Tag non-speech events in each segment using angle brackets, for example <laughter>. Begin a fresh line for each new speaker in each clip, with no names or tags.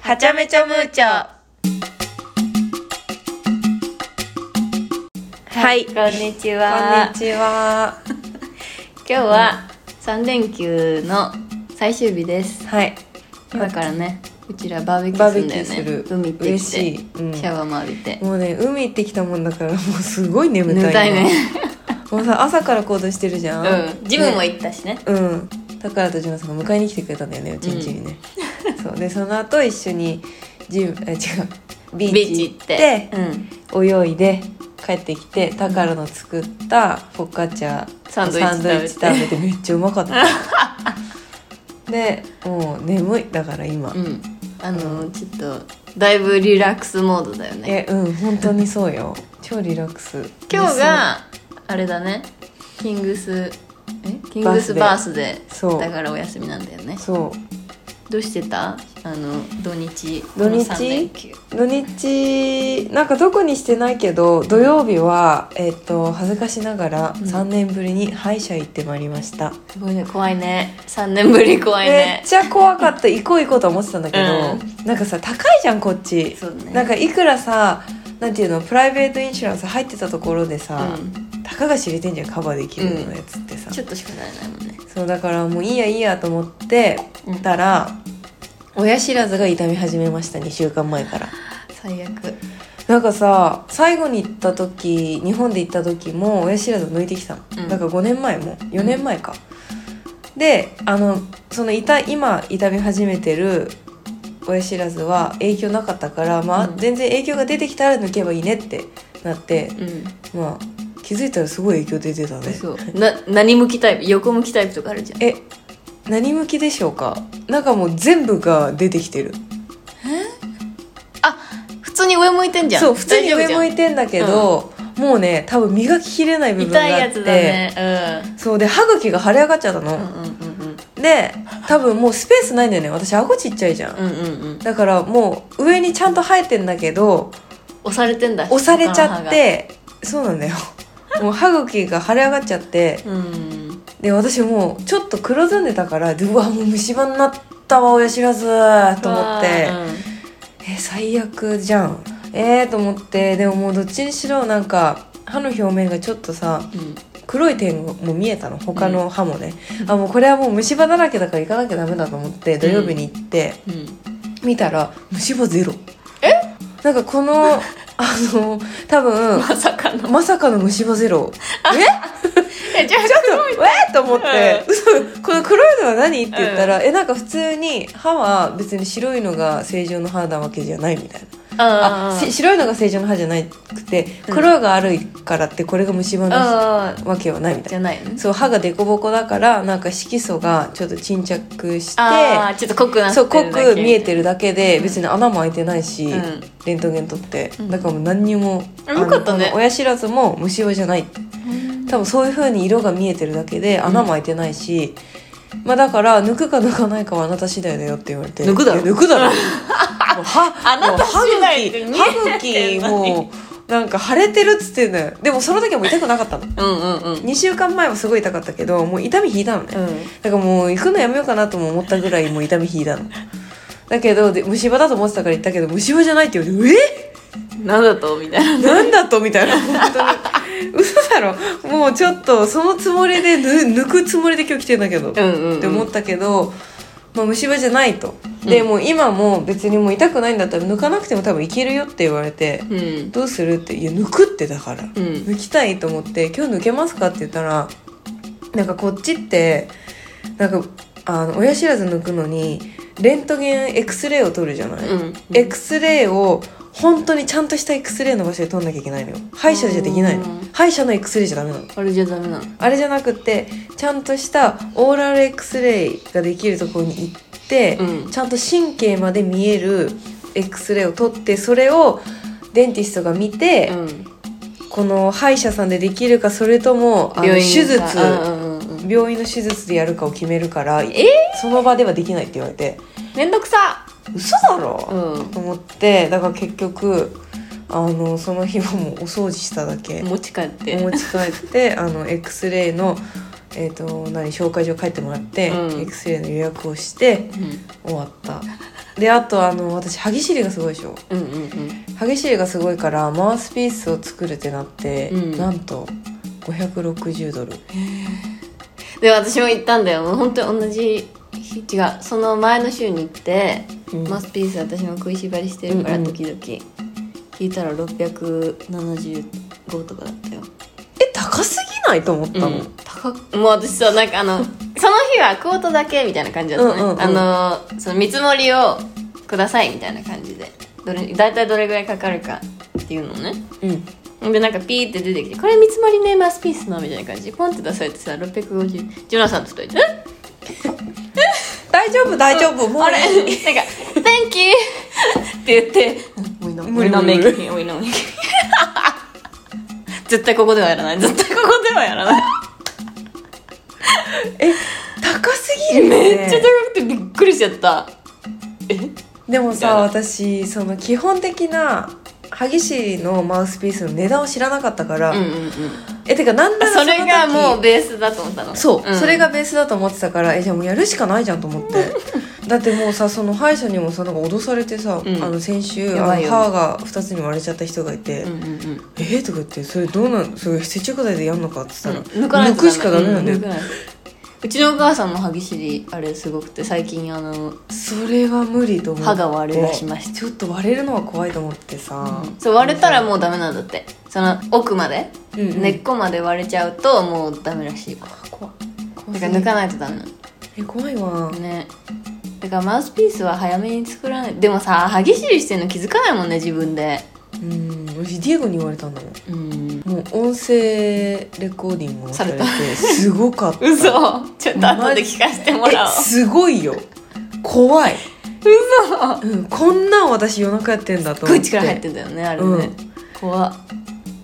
はちゃめちゃムーチャはい
こんにち
こ
は。
んにちは
今日は三連休の最終日です。
はい
今からね、うちらバーベキューするんだ
バーベキュー
よね
す。る
海行って
嬉
き、
していうん
シャワーも浴びて。
もうね海行ってきたもんだからもうすごい眠たい
眠たいね。
もうさ朝から行動してるじゃん、
うん。ジムも
ね
行ったしね。
うん宝とジムさんが迎えに来てくれたんだよねうちんちにね、そうでその後一緒にジムえ違うビ
ビ
ー
ーチ
チ
行
行
っ
って
て。うん。
泳いで帰ってきてタカラの作ったフォカチャ
サンドイッチ食べて
サンドイッチ食べてめっちゃうまかったでもう眠いだから今、
うん。あの、ちょっと、だいぶリラックスモードだよね。
えうん本当にそうよ <laughs> 超リラックス
今日が、あれだね。キングス、えキングスバースデ
そ
ー。
う
だからお休みなんだよね。
そう
どうしてたあの、土日。
土日
3連休。
土日なんかどこにしてないけど土曜日は、えっと恥ずかしながら
うん
3年ぶりに歯医者行ってまいりました、
すごいね怖いね3年ぶり怖い
め
ね
っちゃ怖かった行こう行こうと思ってたんだけど、
う
なんかさ高いじゃんこっち
そうね
なんかいくらさなんていうのプライベートインシュランス入ってたところでさ、
うん、
たかが知れてんじゃんカバーできるようなやつってさ、
ちょっとしかなれないもんね
そうだからもういいやいいやと思って
うん
たら、親知らずが痛み始めました2週間前から
最悪
なんかさ最後に行った時日本で行った時も親知らず抜いてきたの、
うん
だから5年前も4年前か、であのその痛い今痛み始めてる親知らずは影響なかったから、まあ
うん
全然影響が出てきたら抜けばいいねってなって
うん
まあ気づいたらすごい影響出てたね
そうな何向きタイプ横向きタイプとかあるじゃん
え何向きでしょうかなんかもう全部が出てきてる
普通に上向いてんじゃん
そう普通に上向
て
いてんだけど、もうね多分磨ききれない部分があ
痛
っ
い
て
やつだね
そうで歯茎が腫れ上がっちゃったの、
うんうんうん
で多分もうスペースないんだよね私顎ちっちゃいじゃん、
うんうんうんうん
だからもう上にちゃんと生えてんだけど
押されてんだ
押されちゃっ
下の
てそうなんだよもう歯茎が腫れ上がっちゃって
歯がうん
で私もうちょっと黒ずんでたからでうわもう虫歯になったわ親知らずと思って、
うわー
え最悪じゃんえー、と思ってでももうどっちにしろなんか歯の表面がちょっとさ
うんうん
黒い点も見えたの他の歯もね、あもうこれはもう虫歯だらけだから行かなきゃダメだと思って土曜日に行って、
うん
見たら虫歯ゼロえなんかこ
<laughs>
のあの多分
まさかの
まさかの虫歯ゼロ
えじゃあ
ちょっとえっと思って、嘘この黒いのは何って言ったら、
う
えなんか普通に歯は別に白いのが正常の歯なわけじゃないみたいな
あ
あ
ー
せ白いのが正常の歯じゃなくて
うん
黒いがあるからってこれが虫歯の
あー
わけはないみた
じ
い
ゃ
な。
ないよね
そう歯が凸凹だからなんか色素がちょっと沈着し
ああ
て
ちょっと濃くなって
そう
るだ
濃
け
く見えてるだけで別に穴も開いてないし、
うん
レントゲン撮って
うん
だからもう何にも、
あよかったね
あの親知らずも虫歯じゃないって多分そういう風に色が見えてるだけで穴も開いてないし、まあだから抜くか抜かないかはあなた次第だよって言われて
抜くだろ
いや抜く
<laughs>
だろもう歯
あなた次第って
もう歯
見えて
茎
ん
歯
の
茎
に
もうなんか腫れてるっつってんのよでもその時はもう痛くなかったの
うんうんうん
2週間前はすごい痛かったけどもう痛み引いたのね、だからもう行くのやめようかなとも思ったぐらいもう痛み引いたのだけどで虫歯だと思ってたから言ったけど虫歯じゃないって言われて「え
うんなんだとみたいな
なんだとみたいな本当に嘘だろもうちょっとそのつもりでぬ抜くつもりで今日来てんだけど、っ
んうん
て思ったけど、まあ、虫歯じゃないと
うん
でもう今も別にもう痛くないんだったら抜かなくても多分いけるよって言われて
うん
どうするって「いや抜くってだから
うん
抜きたい」と思って「今日抜けますか?」って言ったらなんかこっちってなんかあの親知らず抜くのにレントゲンエクスレイを取るじゃない、
うん
エクスレイを本当にちゃんとしたエクスレイの場所で撮んなきゃいけないのよ歯医者じゃできないの
うん
歯医者のエクスレイじゃダメなの
あれじゃダメなの
あれじゃなくてちゃんとしたオーラルエクスレイができるところに行って、
うん
ちゃんと神経まで見えるエクスレイを撮ってそれをデンティストが見て、
ん
この歯医者さんでできるかそれともあの手術病院の手術でやるかを決めるから、その場ではできないって言われて
めんどくさ
嘘だろ、
ん
と思ってだから結局あのその日はもうお掃除しただけ
持ち帰っ
お
て
持ち帰
<laughs>
ってあの X レイの、えー、と何紹介状書いてもらって、
うん
X レイの予約をして
うん
終わったであとあの私歯ぎしりがすごいでしょ
うんうんうん
歯ぎしりがすごいからマウスピースを作るってなって、
うん
なんと560ドル
で私も行ったんだよもう本当に同じ日違うその前の週に行って、
うん
マスピース私も食いしばりしてるから
うんうん
時々、聞いたら675とかだったよ
え高すぎないと思った
う
の、
ん、高くもう私そうなんかあのその日はクォートだけみたいな感じだったね、
うんうんうん
あのその見積もりをくださいみたいな感じでどれ大体どれぐらいかかるかっていうのをね
うん
でなんかピーって出てきて「これ見積もりねマスピースの」みたいな感じでポンって出されてさ650ジョナサンと二人で「え
大丈夫大丈夫、もう
あれ?」なんか「Thank you」って言って「無理な無理な
無理
メイキング無理なメイキング」絶対ここではやらない絶対ここではやらない
え高すぎるよね
めっちゃ高くてびっくりしちゃったえ
でも
みたい
さ
な
私その基本的な歯ぎしりのマウスピースの値段を知らなかったから、
うんうんうん
えてかなんなら
それが
の時
もうベースだと思ったの
そう、
ん
それがベースだと思ってたからえじゃあもうやるしかないじゃんと思っ
<laughs>
てだってもうさその歯医者にもさなんか脅されてさ、
うん
あの先週
や
あ
ば
の
いよね
歯が2つに割れちゃった人がいて「
うんうんうん
えーとか言って「それどうなんそれ接着剤でやんのか?」って言ったら、
抜かないと
抜くしかダメなんだよ、
う抜かないうちのお母さんも歯ぎしりあれすごくて最近あの
それは無理と思って
歯が割れ出しました
ちょっと割れるのは怖いと思ってさ、
そう割れたらもうダメなんだってその奥まで、
うんうん
根っこまで割れちゃうともうダメらしいから
怖
だ
い
から抜かないとダメなの
え怖いわ、
ねだからマウスピースは早めに作らないでもさ歯ぎしりしてるの気づかないもんね自分で
うん私ディエゴに言われたんだもん
うん
もう音声レコーディングをされてすごかった
嘘ちょっと後で聞かせてもらおう
えすごいよ怖い嘘、うん、こんなん私夜中やってんだと
すご
思っ
い
て
力入ってんだよねあれね、
うん
怖っ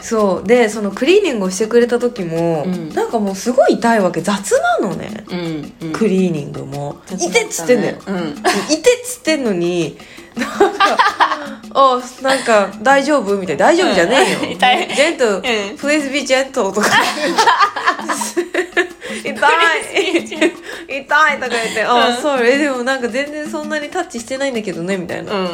そうでそのクリーニングをしてくれた時も、
うん
なんかもうすごい痛いわけ雑なのね
うん、うん、
クリーニングも「
ちょ
い
と
て」っつってんだよ
うん
「いて」っつってんのになんか「 <laughs> あなんか大丈夫?」みたいな「大丈夫じゃねえよ」
うん痛い
ジェント、
ん
Please be gentle」とか <laughs> 痛い痛いとか言って「あ、
うん
そうえでもなんか全然そんなにタッチしてないんだけどね」みたいな「
うん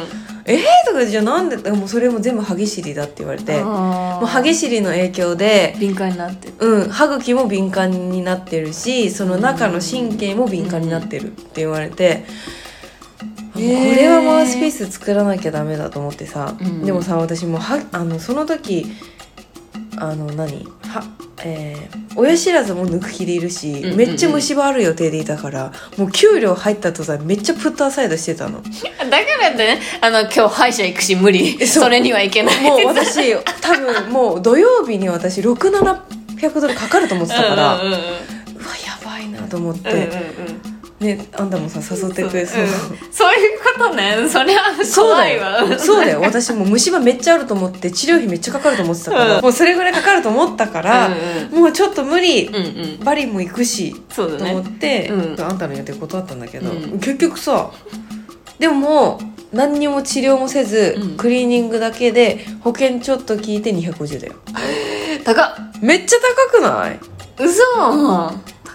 えー?」とか言ってじゃあなんで?」もうそれも全部歯ぎしりだって言われて、も
も
う歯ぎしりの影響で
敏感になってる
うん、歯茎も敏感になってるしその中の神経も敏感になってるって言われて、
うん
あ
へー
これはマウスピース作らなきゃダメだと思ってさ、
うん
でもさ私もはあのその時あの何はえー親知らずも抜く気でいるし、
うんうん
めっちゃ虫歯ある予定でいたからもう給料入った途端めっちゃプットアサイドしてたの
だからってねあの今日歯医者行くし無理
そう
それにはいけない
も
<laughs>
う私多分もう土曜日に私6700ドルかかると思ってたから、う
うんうんうん
わやばいなと思って、
うんうんうん
ね、あんたもさ誘ってくれそううん
そういうことねそれは
そう
怖
だ
いわ
よそうだよ私もう虫歯めっちゃあると思って治療費めっちゃかかると思ってたから、
うん
もうそれぐらいかかると思ったから、もうちょっと無理、
うんうんうんうん
バリも行くし
そう
と
だ
思
ね
って、
うん
あんたの予定断ったんだけど、
うん
結局さでももう何にも治療もせず、
うん
クリーニングだけで保険ちょっと聞いて250だよ
高っ
めっちゃ高くない
嘘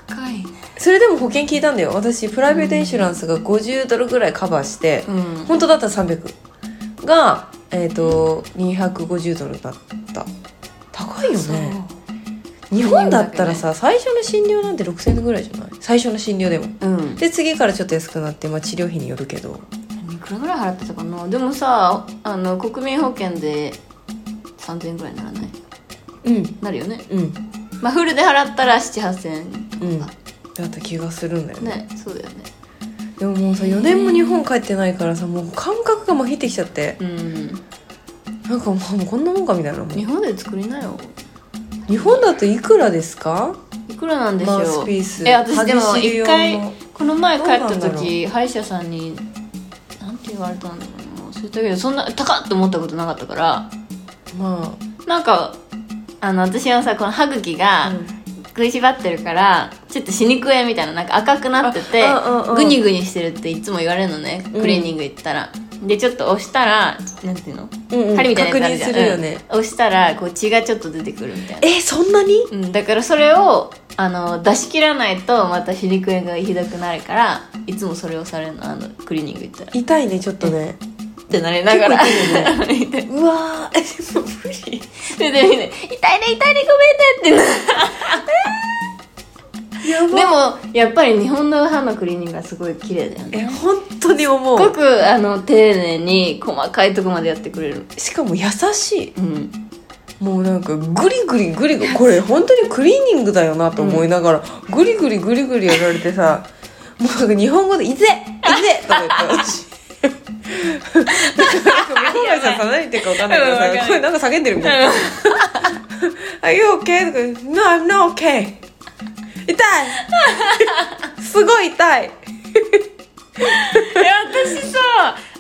高いね
それでも保険聞いたんだよ私プライベートインシュランスが50ドルぐらいカバーして、
うん
本当だったら300が、えー、と250ドルだった高いよ
そう
ね日本だったらさ最初の診療なんて6000円ぐらいじゃない最初の診療でも
うん
で次からちょっと安くなって、まあ、治療費によるけど
いくらぐらい払ってたかなでもさあの国民保険で3000円ぐらいならない
うん
なるよね
うん
まあフルで払ったら78000円とか、
うんだった気がするんだよね
ねそうだよね
でももうさ4年も日本帰ってないからさもう感覚がまひってきちゃって
うん
なんかもうこんなもんかみたいなもう
日本で作りなよ
日本だといくらですか
いくらなんでしょう
マウスピース
え私でも
歯ぎしり
一
用
回
の
この前帰っ
どうな
た
んだろ
時歯医者さんになんて言われたんだろうな忘れたけどそんな高っと思ったことなかったから
ま
なんかあの私はさこの歯茎
あ、
が
うん
食いしばってるから、ちょっと歯肉炎みたいななんか赤くなってて
あうんうんうん
グニグニしてるっていつも言われるのね
うん
クリーニング行ったら、でちょっと押したらなんていうの、
うんうん
針みたいなやつ
確認
あじゃん
するよね
うん押したらこう血がちょっと出てくるみたいな、
えそんなに
うん、だからそれをあの出し切らないとまた歯肉炎がひどくなるからいつもそれをされるのあのクリーニング行ったら
痛いねちょっとね
ってなりなが <laughs> ら見て
うわーでも無理
でで見て「痛いね痛いねごめんね」って
やば
でもやっぱり日本の歯のクリーニングがすごい綺麗だよね
え本当に思
すご
う
くあの丁寧に細かいとこまでやってくれる
しかも優しい
うん <laughs>
もうなんかグリグリグリグリこれ本当にクリーニングだよなと思いながら、グリグリグリグリやられてさもうなんか日本語で「いぜいぜ!」とか言って私なんか三上さんさ何言ってるか分かんない
うん
けどさ
わかる
声なんか叫んでるみたいな「Are you okay?」とか言って「No I'm not okay」痛い
<laughs>
すごい痛い
いや私さ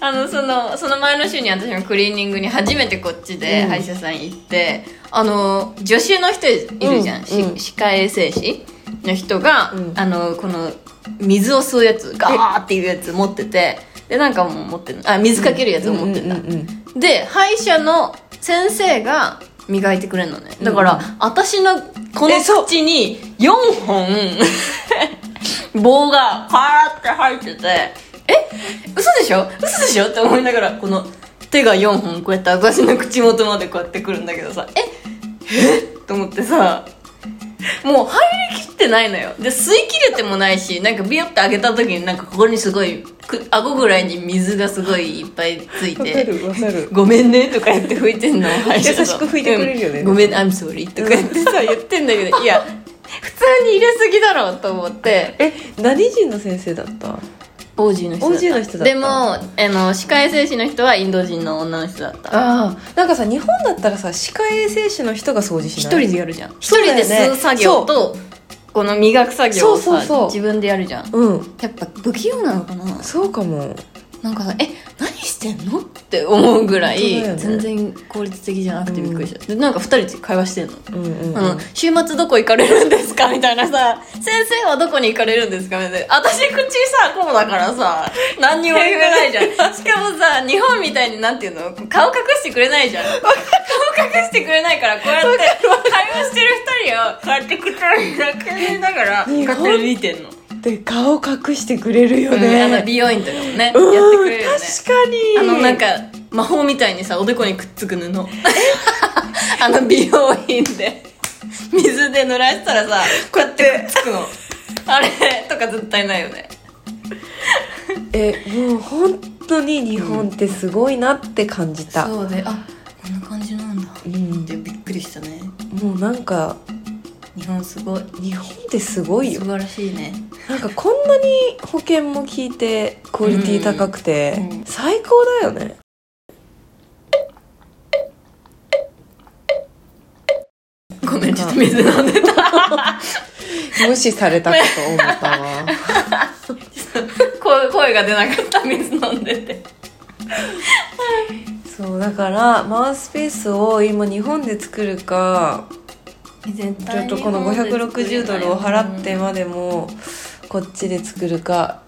あのそのその前の週に私もクリーニングに初めてこっちで
うん
歯医者さん行って、あの助手の人いるじゃん、
うん
し
うん
歯科衛生士の人が、
うん
あのこの水を吸うやつガーっていうやつ持っててでなんかもう持ってるあ水かけるやつを持ってた、
うんうんうん
で歯医者の先生が磨いてくれるのねだから、
うん
私のこの
えそう
口に4本棒がパーって入っててえ嘘でしょ嘘でしょって思いながらこの手が4本こうやって私の口元までこうやってくるんだけどさええと思ってさもう入りきってないのよで吸い切れてもないしなんかビヨって上げた時になんかここにすごいく顎ぐらいに水がすごいいっぱいつい
わ <laughs>
て
かるわかる
ごめんねとか言って拭いてんの <laughs> 優
優しく拭いてくれるよね
ごめん I'm sorry とか言ってさ言ってんだけどいや普通に入れすぎだろうと思って
え何人の先生だった
王子の人
OG の人だった
でもあの歯科衛生士の人はインド人の女の人だった
ああなんかさ日本だったらさ歯科衛生士の人が掃除し
一
ない
人でやるじゃん一
そうだ
人
よね
で吸う作業とこの磨く作業を
そうそうそ
さ
う
自分でやるじゃん
うん
やっぱ不器用なのかな
そうかも
なんかさえ何してんのって思うぐらい、
本当だよね
全然効率的じゃなくてびっくりした、でなんか二人で会話してんの
うんうん、
あの週末どこ行かれるんですかみたいなさ先生はどこに行かれるんですかみたいな私口さこうだからさ何にも言えないじ <laughs> ゃんしかもさ日本みたいになんていうの顔隠してくれないじゃん顔隠してくれないからこうやって会話してる二人をこうやって口に開けながら
日本
勝手に見てんの,、
で顔隠してくれるよ
うん、あの
ね、
美容院とかもね、
うん、
やってくれるよね
確かに
<laughs> あのなんか魔法みたいにさおでこにくっつく布あの美容院で水で濡らしたらさこうやってくっつくのあれとか絶対ないよね
えもう本当に日本ってすごいなって感じた、
うであこんな感じなんだっ
うん
てびっくりしたね
もうなんか
日本すごい
日本ってすごいよ
素晴らしいね
なんかこんなに保険も効いてクオリティ高くて、
うんうん
最高だよね
ごめんちょっと水飲んでた
無視されたかと思ったわ
声声が出なかった水飲んでて
そうだからマウスピースを今日本で作るか
絶
ちょっとこの560ドルを払ってまでもこっちで作るか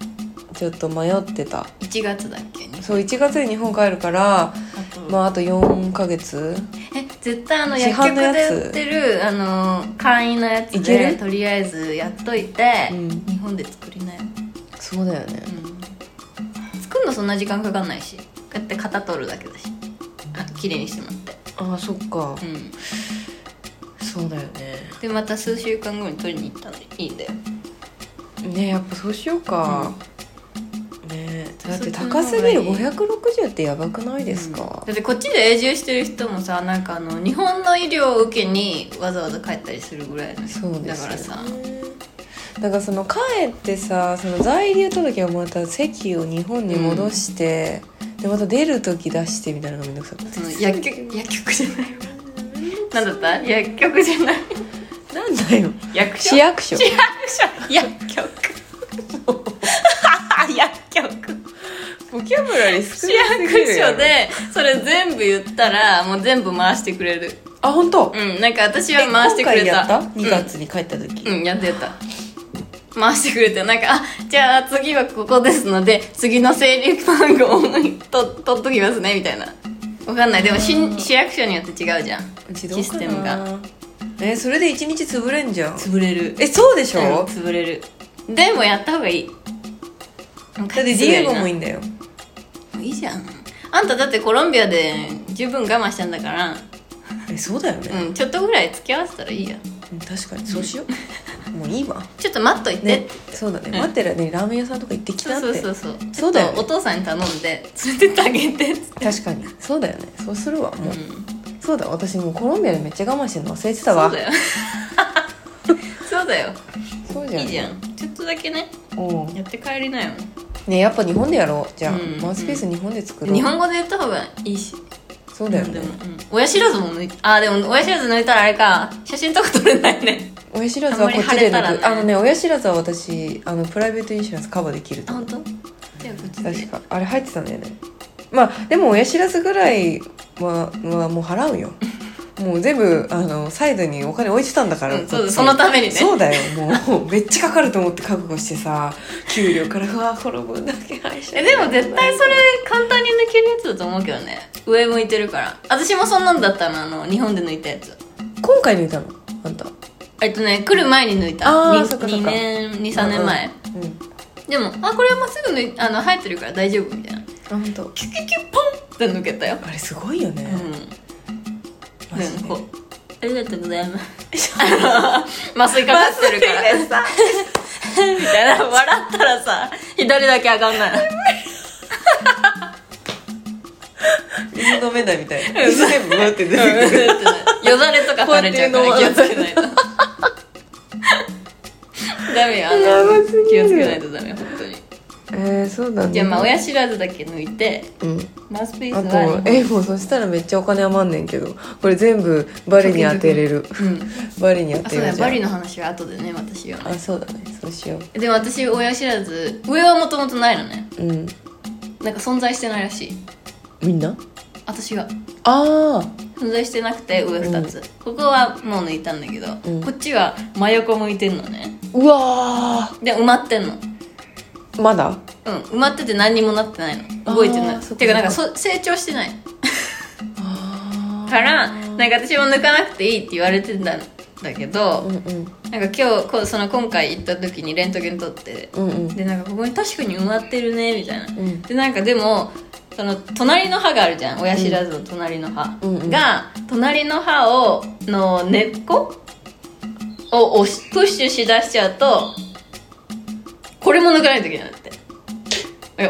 ちょっと迷ってた
1月だっけに
そう1月に日本帰るから
あと
まああと4ヶ月
え絶対あの
市
薬
販
局
の
で
やつ
売ってるあの簡易のやつ
いけ
で
る
とりあえずやっといて、
うん
日本で作りなよ、
そうだよね
うん、作るのそんな時間かかんないしこうやって型取るだけだしあと綺麗にしてもらって
ああそっか
うん
そうだよね
でまた数週間後に取りに行ったのいいんだよ
ねやっぱそうしようか、ねだって高すぎる560ってやばくないですか、
だってこっちで永住してる人もさなんかあの日本の医療を受けにわざわざ帰ったりするぐらいの人
そうで
だ
す
か
よ
らさ
<laughs> ねだからその帰ってさその在留届はまた籍を日本に戻して、でまた出る時出してみたいなのがめんどくさくて
その薬局薬局じゃ
<laughs>
ないわなんだった薬局じゃない
なんだよ
役所
市役所
市役所薬
<laughs>
局薬局
ボキャブラリー少
市役所でそれ全部言ったらもう全部回してくれる
あ本当、
うんなんか私
え
は回してくれ
今回やったた2月に帰った時、
うん、うん、やってた回してくれてなんか「あじゃあ次はここですので次の整理番号をと取っときますね」みたいなわかんないでもしん市役所によって違うじゃん
自動かな
システムが
えそれで一日潰れんじゃん
潰れる
えそうでし
うん
ょ、
潰れるでもやった方がいいだ
だ
っ
ってディエゴもいいんだよ
いいじゃんあんただってコロンビアで十分我慢したんだから
えそうだよね、
うんちょっとぐらい付き合わせたらいいや
うん確かにそうしよう、もういいわ
ちょっと待っといて、
ねそうだね、
ん
待ってる間にラーメン屋さんとか行ってき
そ
な
う
って
そうそうそう
そうだよね
ちょっとお父さんに頼んで連れてってあげてっつって
確かにそうだよねそうするわもう、
うん
そうだ私もうコロンビアでめっちゃ我慢してるの忘れてた
そう
わ <laughs>
だよそうだよ
そう
いいじ
ん
ゃんちょっとだけね
おう
やって帰りなよ
ねやっぱ日本でやろうじゃあ、
うん
マウスピース日本で作ろう
日本語で言った方がいいし
そうだよね
でも、うん、親知らずも抜いあでも親知らず抜いたらあれか写真とか撮れないね
親知らずはこっちで
あ
抜
んまり腫れ
く
た
あ
らね
のね親知らずは私あのプライベートインシュランスカバーできる
あ
と思
本
う
当じゃあこっちで
確かあれ入ってたんだよねまあでも親知らずぐらいははもう払う
<laughs>
よもう全部あのサイドにお金置いてたんだから、
うん
こ
そう
っち
そのためにね
そうだよもうめっちゃかかると思って覚悟して <laughs> さ給料からうわこの分だけ配信
えでも絶対それ簡単に抜けるやつだと思うけどね上向いてるから私もそんなんだったのあの日本で抜いたやつ
今回抜いたのあんた
えっとね来る前に抜いた
あー
に
そっかそっか
2年23年前、
うんうん
でもあこれはまっすぐ抜いあの生えてるから大丈夫みたいな
あ本当
キュキュキュポンって抜けたよ
あれすごいよね、
う
マ
ん
ジ
うん
で
こうありがとうございますあの <laughs> 麻酔かかってるから
麻酔でさ
<laughs> みたいな笑ったらさ左だけ上がんない
水飲めないみたいな水全部待って出てくる
よだれとか垂れちゃうから気をつけないとダメよあ
やば
の
すぎる
気をつけないとダメよ本当に
えー、そうだね
じゃあまあ親知らずだけ抜いて
うん
マウスピース
あ
は
とえもうそしたらめっちゃお金余んねんけどこれ全部バリに当てれる
うん
<laughs> バリに当
あ
て
そうだ
るじゃ
よ
ん
バリの話は後でね私は
あそうだねそうしよ
でも私親知らず上はもともとないのね
ううん
なんか存在してないらしい
みんな
私が
あ
存在してなくて上2つ、ここはもう抜いたんだけど、
うん
こっちは真横向いてんのね
ーうわ
で埋まってんの
ーまだ
うん埋まってて何にもなってないの
あー
動いてな
そっかそっか
いていうかなんかそ成長してない
あ
からなんか私も抜かなくていいって言われてたんだけど、
うんうん
なんか今日こうその今回行った時にレントゲン撮って
うんうん
でなんかここに確かに埋まってるねみたいな
うん
でなんかでもその隣の歯があるじゃん親知らずの隣の歯、
うんうん
が隣の歯をの根っこを押しプッシュしだしちゃうとこれも抜かないといけないんだってだか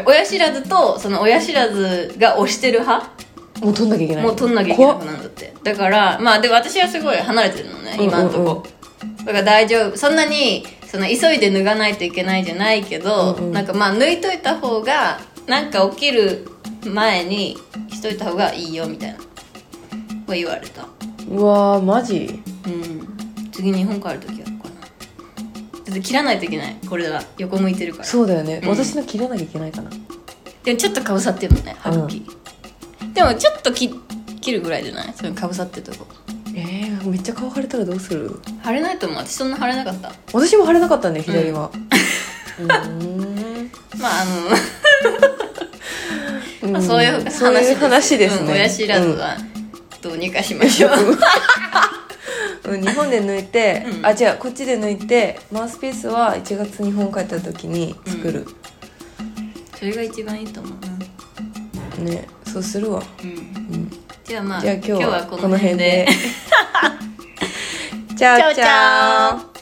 ら親知らずとその親知らずが押してる歯
もう取んなきゃいけない
もう取んなきゃいけな
怖っ
くなるんだってだからまあでも私はすごい離れてるのね今のとこ、
うんうんうん
だから大丈夫そんなにその急いで脱がないといけないじゃないけど、
うんうん
なんかまあ抜いといた方がなんか起きる前にしといた方がいいよみたいなこう言われた
うわーマジ
うん次日本帰る時やるかなだって切らないといけないこれは横向いてるから
そうだよね、
うん
私の切らなきゃいけないかな
でもちょっとかぶさってるのね歯茎、でもちょっと切切るぐらいじゃないそれかぶさってるとこ
えー、めっちゃ顔腫れたらどうする
腫れないと思う私そんな腫れなかった
私も腫れなかったね左は、うーん
まああのまあ <laughs> そういう話です
そういう話ですね、
うん親知らずはどうにかしましょう、 <laughs>
うん、日本で抜いて、
うん
あ違うこっちで抜いてマウスピースは1月日本帰った時に作る、
それが一番いいと思うな、
ねそうするわ、
うん、
うん、
じゃあまあ
じゃあ今日は <laughs>
<laughs> この
この辺
辺で
でチャ
チャ
オ
オ
チ
チャ
ャ
オ
オ